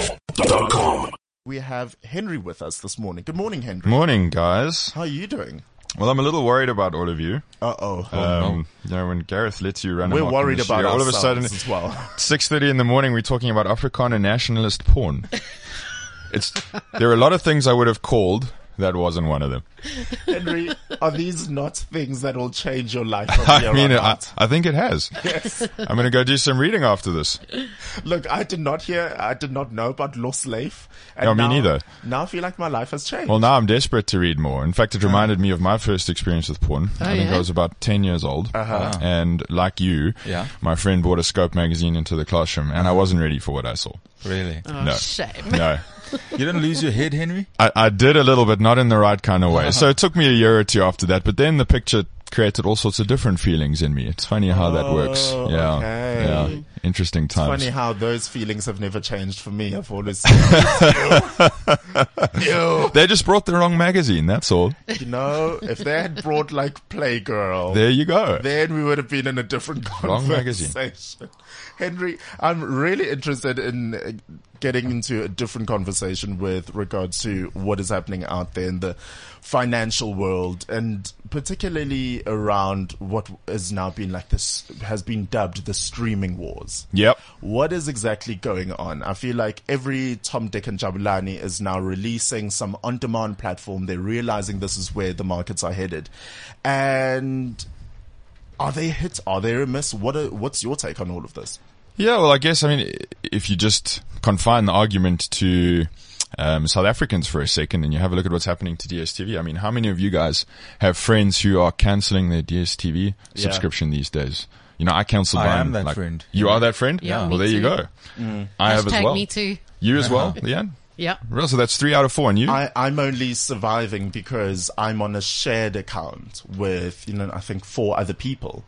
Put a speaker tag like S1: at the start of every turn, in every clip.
S1: CliffCentral.com.
S2: We have Henry with us this morning. Good morning, Henry.
S3: Morning, guys.
S2: How are you doing?
S3: Well, I'm a little worried about all of you.
S2: Uh oh.
S3: Um, you know, when Gareth lets you run,
S2: We're
S3: amok in the
S2: worried about
S3: studio, all of a
S2: ourselves
S3: sudden.
S2: as well.
S3: Six thirty in the morning, we're talking about Afrikaner nationalist porn. it's there are a lot of things I would have called. That wasn't one of them.
S2: Henry, are these not things that will change your life? From
S3: I
S2: here
S3: mean,
S2: on
S3: I,
S2: out?
S3: I think it has.
S2: Yes.
S3: I'm going to go do some reading after this.
S2: Look, I did not hear, I did not know about Lost Leif. And
S3: No, me
S2: now,
S3: neither.
S2: Now I feel like my life has changed.
S3: Well, now I'm desperate to read more. In
S2: Uh-huh.
S3: fact, it reminded me of my first experience with porn. I think
S4: yeah?
S3: I was about 10 years old.
S2: Oh, Uh-huh.
S3: And like you,
S4: Yeah.
S3: my friend brought a scope magazine into the classroom, and I wasn't ready for what I saw.
S4: Really?
S1: Oh,
S3: no.
S5: Shame.
S3: No.
S4: You didn't lose your head, Henry?
S3: I, I did a little, but not in the right kind of way. So it took me a year or two after that. But then the picture created all sorts of different feelings in me. It's funny how that works.
S2: Oh,
S3: Yeah.
S2: okay.
S3: Yeah. Interesting times.
S2: Funny how those feelings have never changed for me. I've always Ew.
S3: They just brought the wrong magazine. That's all.
S2: you know, if they had brought like Playgirl,
S3: There you go.
S2: then we would have been in a different
S3: Wrong magazine.
S2: conversation. Henry, I'm really interested in uh, getting into a different conversation with regards to what is happening out there in the financial world and particularly around what has now been like this has been dubbed the streaming wars.
S3: Yep.
S2: What is exactly going on? I feel like every Tom, Dick and Jabulani is now releasing some on-demand platform. They're realizing this is where the markets are headed. And are they hits? Are they a miss? What are, what's your take on all of this?
S3: Yeah, well, I guess I mean i- if you just confine the argument to um, South Africans for a second, and you have a look at what's happening to DSTV. I mean, how many of you guys have friends who are cancelling their DSTV subscription these days? You know, I cancelled.
S4: I
S3: mine,
S4: am that friend.
S3: You are that friend.
S5: Yeah, me
S3: Well, there you
S5: too. Mm.
S3: go. I have as
S5: Hashtag
S3: well.
S5: me too.
S3: You as well, Leanne.
S5: Yeah.
S3: Well, so that's three out of four, and you.
S2: I, I'm only surviving because I'm on a shared account with, you know, I think four other people.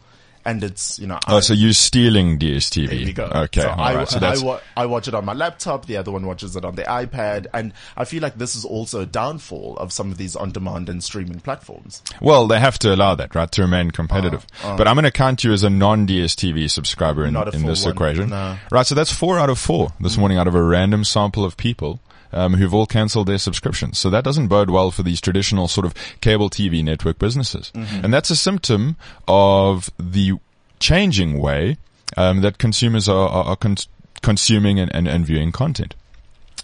S2: And it's, you know,
S3: oh,
S2: I,
S3: so you're stealing DSTV.
S2: There you go.
S3: Okay.
S2: So
S3: all
S2: I,
S3: right, so
S2: I
S3: that's
S2: wa- I watch it on my laptop. The other one watches it on the iPad. And I feel like this is also a downfall of some of these on demand and streaming platforms.
S3: Well, they have to allow that, right, to remain competitive. But I'm going to count you as a non-DSTV subscriber in,
S2: Ah, Not a
S3: in
S2: full
S3: this
S2: one.
S3: equation.
S2: No. Mm.
S3: Right, so that's four out of four this morning out of a random sample of people. Um, who've all cancelled their subscriptions. So that doesn't bode well for these traditional sort of cable TV network businesses.
S2: Mm-hmm.
S3: And that's a symptom of the changing way um, that consumers are, are, are cons- consuming and, and, and viewing content.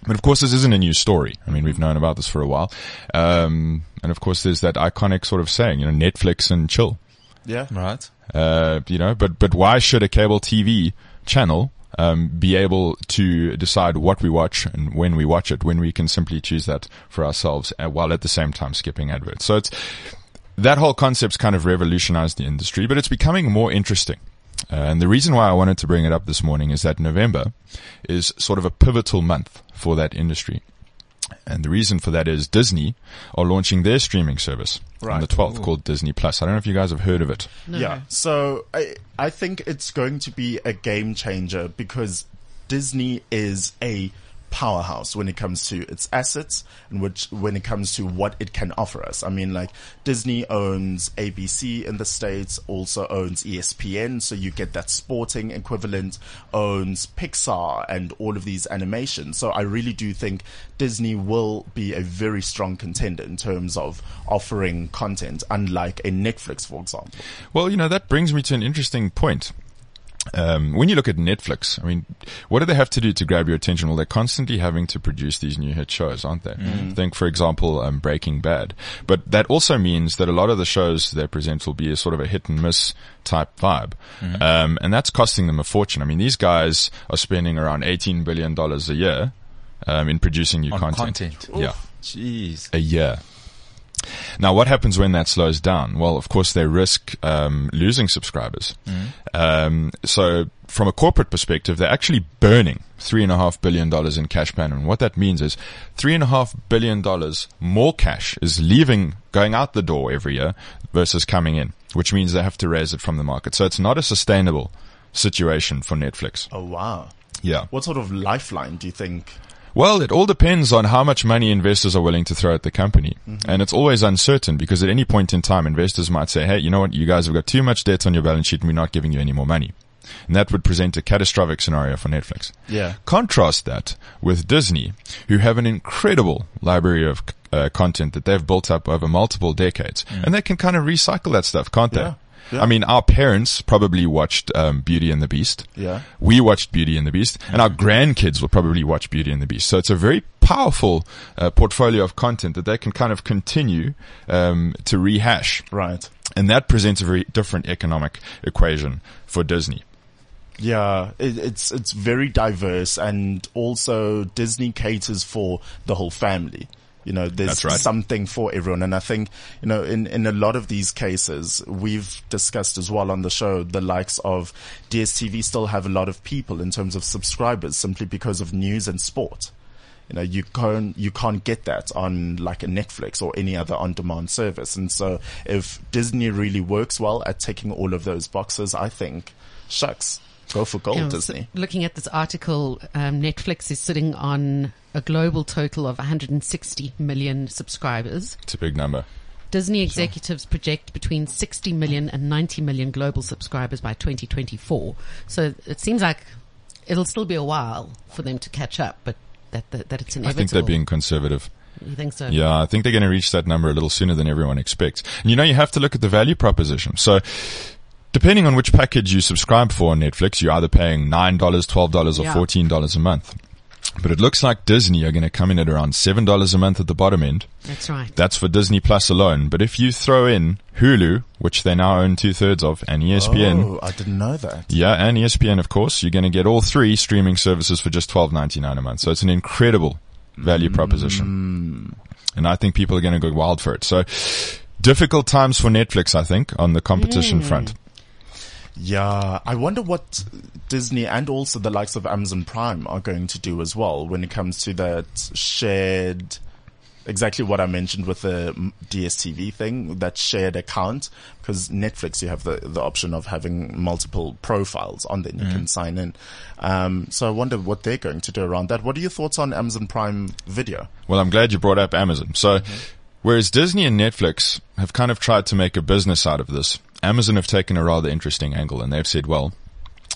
S3: But of course, this isn't a new story. I mean, we've known about this for a while. Um, and of course, there's that iconic sort of saying, you know, Netflix and chill.
S2: Yeah.
S4: Right.
S3: Uh, you know, but, but why should a cable TV channel, um, be able to decide what we watch and when we watch it when we can simply choose that for ourselves uh, while at the same time skipping adverts? So it's, that whole concept's kind of revolutionized the industry, but it's becoming more interesting. Uh, and the reason why I wanted to bring it up this morning is that November is sort of a pivotal month for that industry. And the reason for that is Disney are launching their streaming service on the 12th called Disney Plus. I don't know if you guys have heard of it.
S2: Yeah. So I, I think it's going to be a game changer because Disney is a powerhouse when it comes to its assets and which when it comes to what it can offer us. I mean like Disney owns ABC in the States, also owns E ESPN, so you get that sporting equivalent, owns Pixar and all of these animations. So I really do think Disney will be a very strong contender in terms of offering content, unlike a Netflix, for example.
S3: Well, you know, that brings me to an interesting point. Um, when you look at Netflix, I mean, what do they have to do to grab your attention? Well, they're constantly having to produce these new hit shows, aren't they? Mm. Think, for example, um, Breaking Bad. But that also means that a lot of the shows they present will be a sort of a hit and miss type vibe. Um, and that's costing them a fortune. I mean, these guys are spending around $18 billion a year, um, in producing new
S4: On
S3: content.
S4: content.
S3: Yeah
S4: Jeez.
S3: a year. Now, what happens when that slows down? Well, of course, they risk um, losing subscribers. Um, so, from a corporate perspective, they're actually burning three and a half billion dollars in cash burn, and what that means is three and a half billion dollars more cash is leaving, going out the door every year versus coming in, which means they have to raise it from the market. So, it's not a sustainable situation for Netflix.
S2: Oh wow!
S3: Yeah.
S2: What sort of lifeline do you think?
S3: Well, it all depends on how much money investors are willing to throw at the company.
S2: Mm-hmm.
S3: And it's always uncertain because at any point in time, investors might say, Hey, you know what? You guys have got too much debt on your balance sheet and we're not giving you any more money. And that would present a catastrophic scenario for Netflix.
S2: Yeah.
S3: Contrast that with Disney, who have an incredible library of uh, content that they've built up over multiple decades. And they can kind of recycle that stuff, can't
S2: Mm. Yeah.
S3: they?
S2: Yeah.
S3: I mean, our parents probably watched um, Beauty and the Beast.
S2: Yeah.
S3: We watched Beauty and the Beast, and our grandkids will probably watch Beauty and the Beast. So it's a very powerful uh, portfolio of content that they can kind of continue um, to rehash.
S2: Right.
S3: And that presents a very different economic equation for Disney.
S2: Yeah, it, it's it's very diverse, and also Disney caters for the whole family. You know, there's
S3: That's right.
S2: something for everyone, and I think you know, in in a lot of these cases, we've discussed as well on the show the likes of DSTV still have a lot of people in terms of subscribers simply because of news and sport. You know, you can't you can't get that on like a Netflix or any other on-demand service. And so, if Disney really works well at taking all of those boxes, I think, shucks, go for gold,
S1: Yeah, so
S2: Disney.
S1: looking at this article, um, Netflix is sitting on a global total of 160 million subscribers.
S3: It's a big number.
S1: Disney executives project between 60 million and 90 million global subscribers by 2024. So it seems like it'll still be a while for them to catch up, but that that, that it's
S3: I
S1: inevitable.
S3: think they're being conservative.
S1: You think so?
S3: Yeah, I think they're going to reach that number a little sooner than everyone expects. And you know, you have to look at the value proposition. So, depending on which package you subscribe for on Netflix, you're either paying $9, $12, or
S1: Yeah.
S3: $14 a month. But it looks like Disney are going to come in at around $7 a month at the bottom end.
S1: That's right.
S3: That's for Disney Plus alone. But if you throw in Hulu, which they now own two thirds of, and E ESPN,
S2: Oh, I didn't know that.
S3: yeah, and E ESPN, of course. You're going to get all three streaming services for just twelve ninety nine a month. So it's an incredible value proposition, and I think people are going to go wild for it. So difficult times for Netflix, I think, on the competition front.
S2: Yeah, I wonder what Disney and also the likes of Amazon Prime are going to do as well when it comes to that shared. Exactly what I mentioned with the mm, DSTV thing, that shared account, because Netflix, you have the, the option of having multiple profiles on there and you can sign in. Um, so I wonder what they're going to do around that. What are your thoughts on Amazon Prime Video?
S3: Well, I'm glad you brought up Amazon. So, whereas Disney and Netflix have kind of tried to make a business out of this, Amazon have taken a rather interesting angle and they've said, well,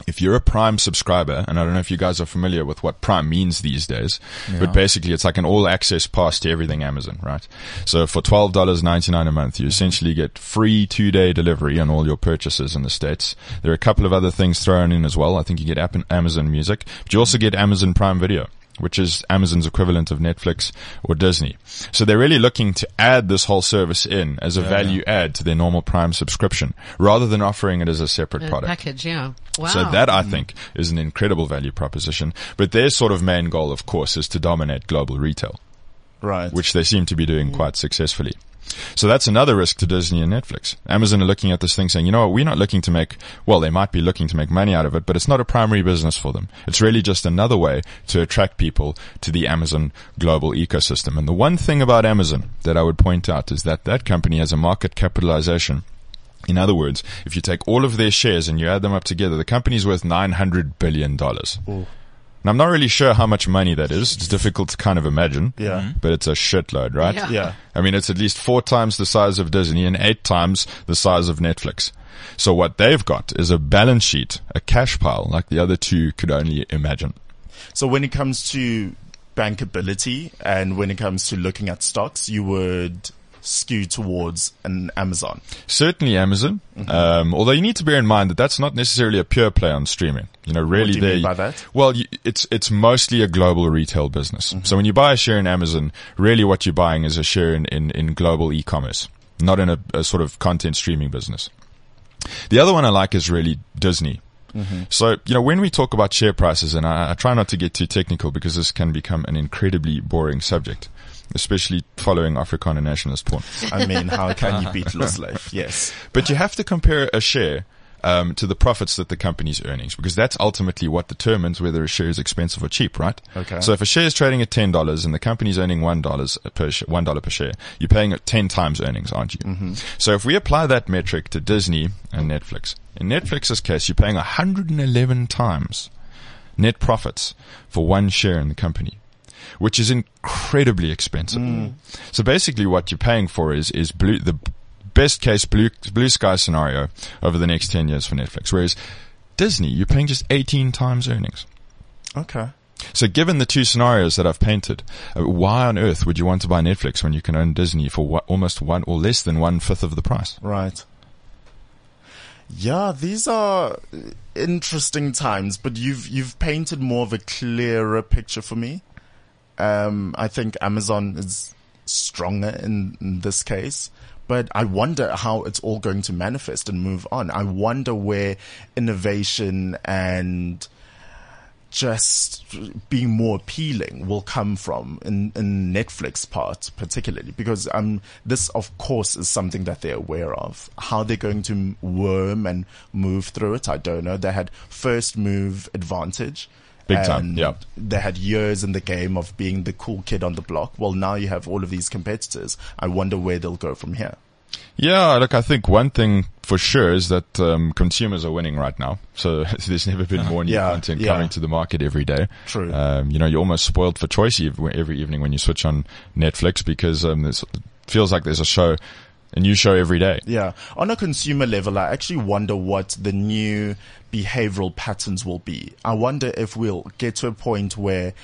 S3: if you're a Prime subscriber, and I don't know if you guys are familiar with what Prime means these days, but basically it's like an all access pass to everything Amazon, right? So for $12.99 a month, you essentially get free two day delivery on all your purchases in the States. There are a couple of other things thrown in as well. I think you get app- Amazon Music, but you also get Amazon Prime Video which is Amazon's equivalent of Netflix or Disney. So they're really looking to add this whole service in as a value add to their normal Prime subscription rather than offering it as a separate
S1: A
S3: product.
S1: Uh, package, yeah. Wow.
S3: So that I think is an incredible value proposition. But their sort of main goal, of course, is to dominate global retail,
S2: Right.
S3: which they seem to be doing quite successfully. So that's another risk to Disney and Netflix. Amazon are looking at this thing saying, you know what, we're not looking to make, well, they might be looking to make money out of it, but it's not a primary business for them. It's really just another way to attract people to the Amazon global ecosystem. And the one thing about Amazon that I would point out is that that company has a market capitalization in other words, if you take all of their shares and you add them up together, the company's worth $900 billion. And I'm not really sure how much money that is. It's difficult to kind of imagine.
S2: Yeah. Mhm.
S3: But it's a shitload, right?
S1: Yeah.
S2: Yeah.
S3: I mean, it's at least four times the size of Disney and eight times the size of Netflix. So what they've got is a balance sheet, a cash pile like the other two could only imagine.
S2: So when it comes to bankability and when it comes to looking at stocks, you would skew towards an Amazon.
S3: Certainly Amazon.
S2: Mm-hmm.
S3: Um, although you need to bear in mind that that's not necessarily a pure play on streaming. You know, really
S2: do you
S3: there.
S2: mean by that? Mm-hmm.
S3: Well, you, it's it's mostly a global retail business. So when you buy a share in Amazon, really what you're buying is a share in in, in global e-commerce, not in a, a sort of content streaming business. The other one I like is really Disney.
S2: Mm-hmm.
S3: So, you know, when we talk about share prices, and I, I try not to get too technical because this can become an incredibly boring subject, especially following Afrikaner nationalist porn.
S2: I mean, how can you beat Lost Life? Yes.
S3: But you have to compare a share um, to the profits that the company's earnings, because that's ultimately what determines whether a share is expensive or cheap, right?
S2: Okay.
S3: So if a share is trading at ten dollars and the company's earning one dollars per sh- one dollar per share, you're paying at ten times earnings, aren't you? Mm-hmm. So if we apply that metric to Disney and Netflix, in Netflix's case, you're paying 111 times net profits for one share in the company, which is incredibly expensive. So basically, what you're paying for is is blue, the best case blue blue sky scenario over the next ten years for Netflix. Whereas Disney, you're paying just 18 times earnings.
S2: Okay.
S3: So given the two scenarios that I've painted, uh, why on earth would you want to buy Netflix when you can own Disney for wha- almost one or less than one fifth of the price?
S2: Right. Yeah, these are uh, interesting times, but you've you've painted more of a clearer picture for me. Um, I think Amazon is stronger in, in this case, but I wonder how it's all going to manifest and move on. I wonder where innovation and just being more appealing will come from in, in Netflix part particularly because um this of course is something that they're aware of how they're going to worm and move through it I don't know they had first move advantage
S3: Big time,
S2: and
S3: yeah.
S2: they had years in the game of being the cool kid on the block well now you have all of these competitors I wonder where they'll go from here
S3: Yeah, look, I think one thing for sure is that um, consumers are winning right now. So there's never been more new
S2: Yeah,
S3: content
S2: yeah.
S3: coming to the market every day.
S2: True.
S3: Um, you know, you're almost spoiled for choice ev- every evening when you switch on Netflix because um, there's- it feels like there's a show, a new show every day.
S2: Yeah. On a consumer level, I actually wonder what the new behavioral patterns will be. I wonder if we'll get to a point where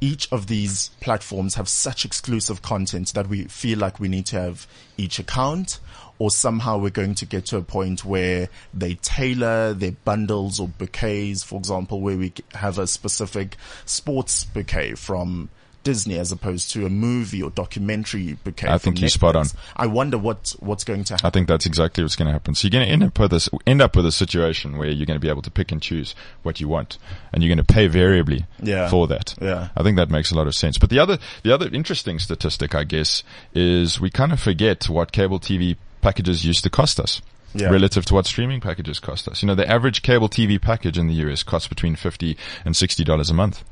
S2: each of these platforms have such exclusive content that we feel like we need to have each account or somehow we're going to get to a point where they tailor their bundles or bouquets, for example, where we have a specific sports bouquet from Disney as opposed to a movie or documentary bouquet.
S3: I
S2: from
S3: think you're spot on.
S2: Netflix. I wonder what, what's going to happen.
S3: I think that's exactly what's going to happen. So you're going to end up with this, end up with a situation where you're going to be able to pick and choose what you want, and you're going to pay variably
S2: Yeah.
S3: for that.
S2: Yeah.
S3: I think that makes a lot of sense. But the other, the other interesting statistic, I guess, is we kind of forget what cable TV packages used to cost us.
S2: Yeah.
S3: Relative to what streaming packages cost us. You know, the average cable TV package in the US costs between 50 and $60 a month.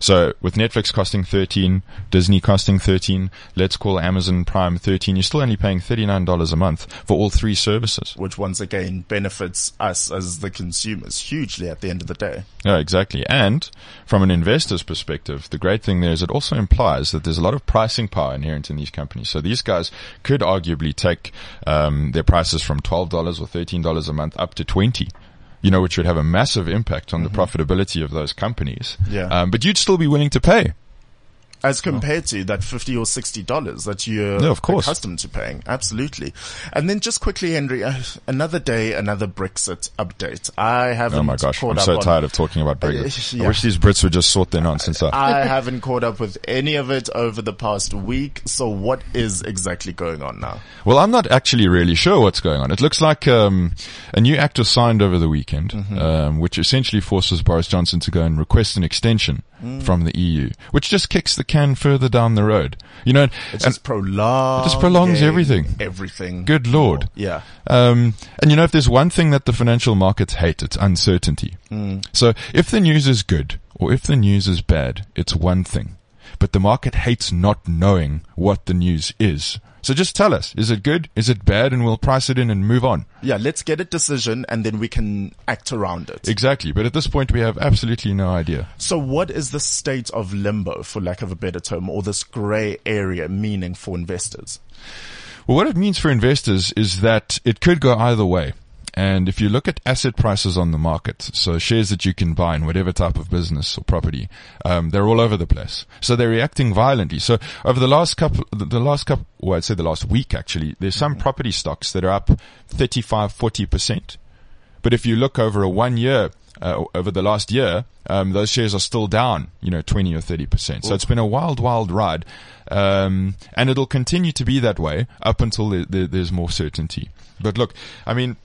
S3: So with Netflix costing 13, Disney costing 13, let's call Amazon Prime 13, you're still only paying $39 a month for all three services.
S2: which once again benefits us as the consumers hugely at the end of the day.
S3: Yeah, exactly. And from an investor's perspective, the great thing there is it also implies that there's a lot of pricing power inherent in these companies. So these guys could arguably take um, their prices from $12 or $13 a month up to 20 you know, which would have a massive impact on the profitability of those companies.
S2: Yeah.
S3: Um, but you'd still be willing to pay.
S2: As compared to that fifty or sixty dollars that you're
S3: Yeah, of course.
S2: accustomed to paying, absolutely. And then just quickly, Henry, uh, another day, another Brexit update. I haven't.
S3: Oh my gosh,
S2: caught
S3: I'm
S2: up
S3: so
S2: on- Uh,
S3: tired of talking about Brexit.
S2: yeah. Uh,
S3: I wish these Brits would just sort their nonsense out.
S2: I haven't caught up with any of it over the past week. So what is exactly going on now?
S3: Well, I'm not actually really sure what's going on. It looks like um, a new act was signed over the weekend,
S2: Mm-hmm.
S3: um, which essentially forces Boris Johnson to go and request an extension
S2: Mm.
S3: from the EU, which just kicks the can further down the road. You know,
S2: It
S3: and
S2: just prolongs.
S3: just prolongs everything.
S2: Everything.
S3: good lord.
S2: Yeah.
S3: Um, and you know, if there's one thing that the financial markets hate, it's uncertainty. So if the news is good or if the news is bad, it's one thing. But the market hates not knowing what the news is. So just tell us, is it good? Is it bad? And we'll price it in and move on.
S2: Yeah. Let's get a decision and then we can act around it.
S3: Exactly. But at this point, we have absolutely no idea.
S2: So what is the state of limbo, for lack of a better term, or this grey area meaning for investors?
S3: Well, what it means for investors is that it could go either way. And if you look at asset prices on the market, so shares that you can buy in whatever type of business or property, um, they're all over the place. So they're reacting violently. So over the last couple, the the last couple, well, I'd say the last week actually, there's some property stocks that are up 35, 40%. But if you look over a one year, uh, over the last year, um, those shares are still down, you know, 20 or 30%. So it's been a wild, wild ride. Um, and it'll continue to be that way up until the, the, there's more certainty. But look, I mean,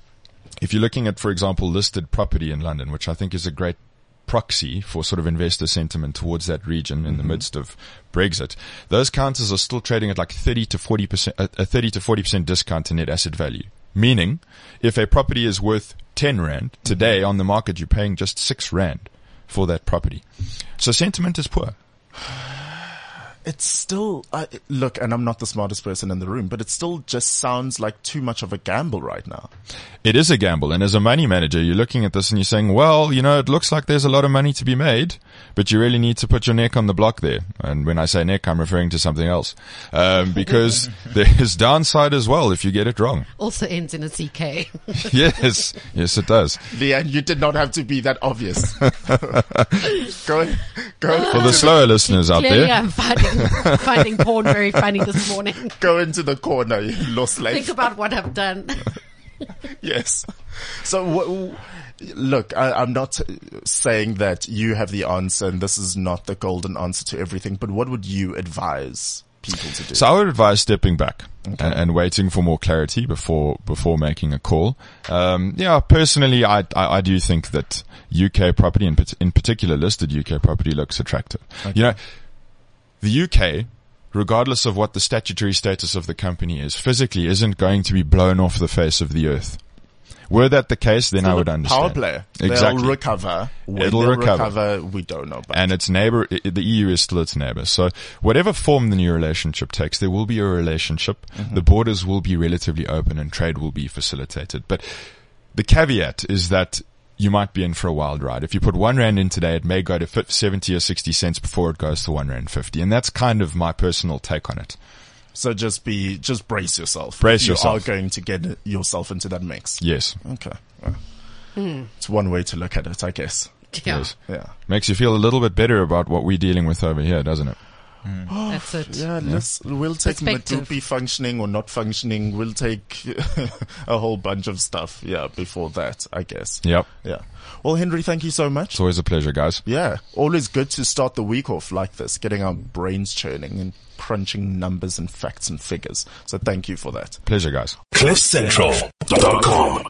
S3: if you're looking at, for example, listed property in London, which I think is a great proxy for sort of investor sentiment towards that region in the midst of Brexit, those counters are still trading at like 30 to 40%, a a 30 to 40% discount to net asset value. Meaning, if a property is worth 10 Rand, today on the market you're paying just 6 Rand for that property. So sentiment is poor.
S2: it's still I look, and I'm not the smartest person in the room, but it still just sounds like too much of a gamble right now.
S3: It is a gamble. And as a money manager, you're looking at this and you're saying, well, you know, it looks like there's a lot of money to be made, but you really need to put your neck on the block there. And when I say neck, I'm referring to something else. Um, because there's downside as well if you get it wrong.
S1: Also ends in a CK.
S3: yes. Yes, it does.
S2: Leanne, you did not have to be that obvious. go, go,
S3: For the slower listeners out
S1: Clearly,
S3: there,
S1: I'm finding, finding porn very funny this morning.
S2: go into the corner, you lost lady.
S1: Think about what I've done.
S2: Yes. So, w- w- look, I, I'm not saying that you have the answer and this is not the golden answer to everything, but what would you advise people to do?
S3: So I would advise stepping back and, and waiting for more clarity before before making a call. Um, yeah, personally, I, I I do think that UK property, in pat- in particular listed UK property, looks attractive. You know, the UK. Regardless of what the statutory status of the company is, physically isn't going to be blown off the face of the earth. Were that the case, then I would
S2: Power
S3: understand.
S2: play.
S3: Exactly.
S2: They'll recover. When
S3: It'll
S2: they'll
S3: recover.
S2: We don't know. But
S3: and its neighbor, i- i- the EU is still its neighbor. So whatever form the new relationship takes, there will be a relationship. The borders will be relatively open and trade will be facilitated. But the caveat is that you might be in for a wild ride. If you put one rand in today, it may go to fif- 70 or 60 cents before it goes to one rand 50. And that's kind of my personal take on it.
S2: so just be, just brace yourself.
S3: Brace
S2: you
S3: yourself.
S2: are going to get yourself into that mix.
S3: Yes.
S2: Okay. Well, It's one way to look at it, I guess.
S1: Yeah,
S3: Yes.
S2: Yeah.
S3: Makes you feel a little bit better about what we're dealing with over here, doesn't it?
S1: that's it.
S2: Yeah, let's, we'll take
S1: Perspective.
S2: Madupi functioning or not functioning. We'll take a whole bunch of stuff. Yeah, before that, I guess.
S3: Yep.
S2: Yeah. Well, Henry, thank you so much.
S3: It's always a pleasure, guys.
S2: Yeah. Always good to start the week off like this, getting our brains churning and crunching numbers and facts and figures. So thank you for that.
S3: Pleasure, guys.
S5: CliffCentral.com.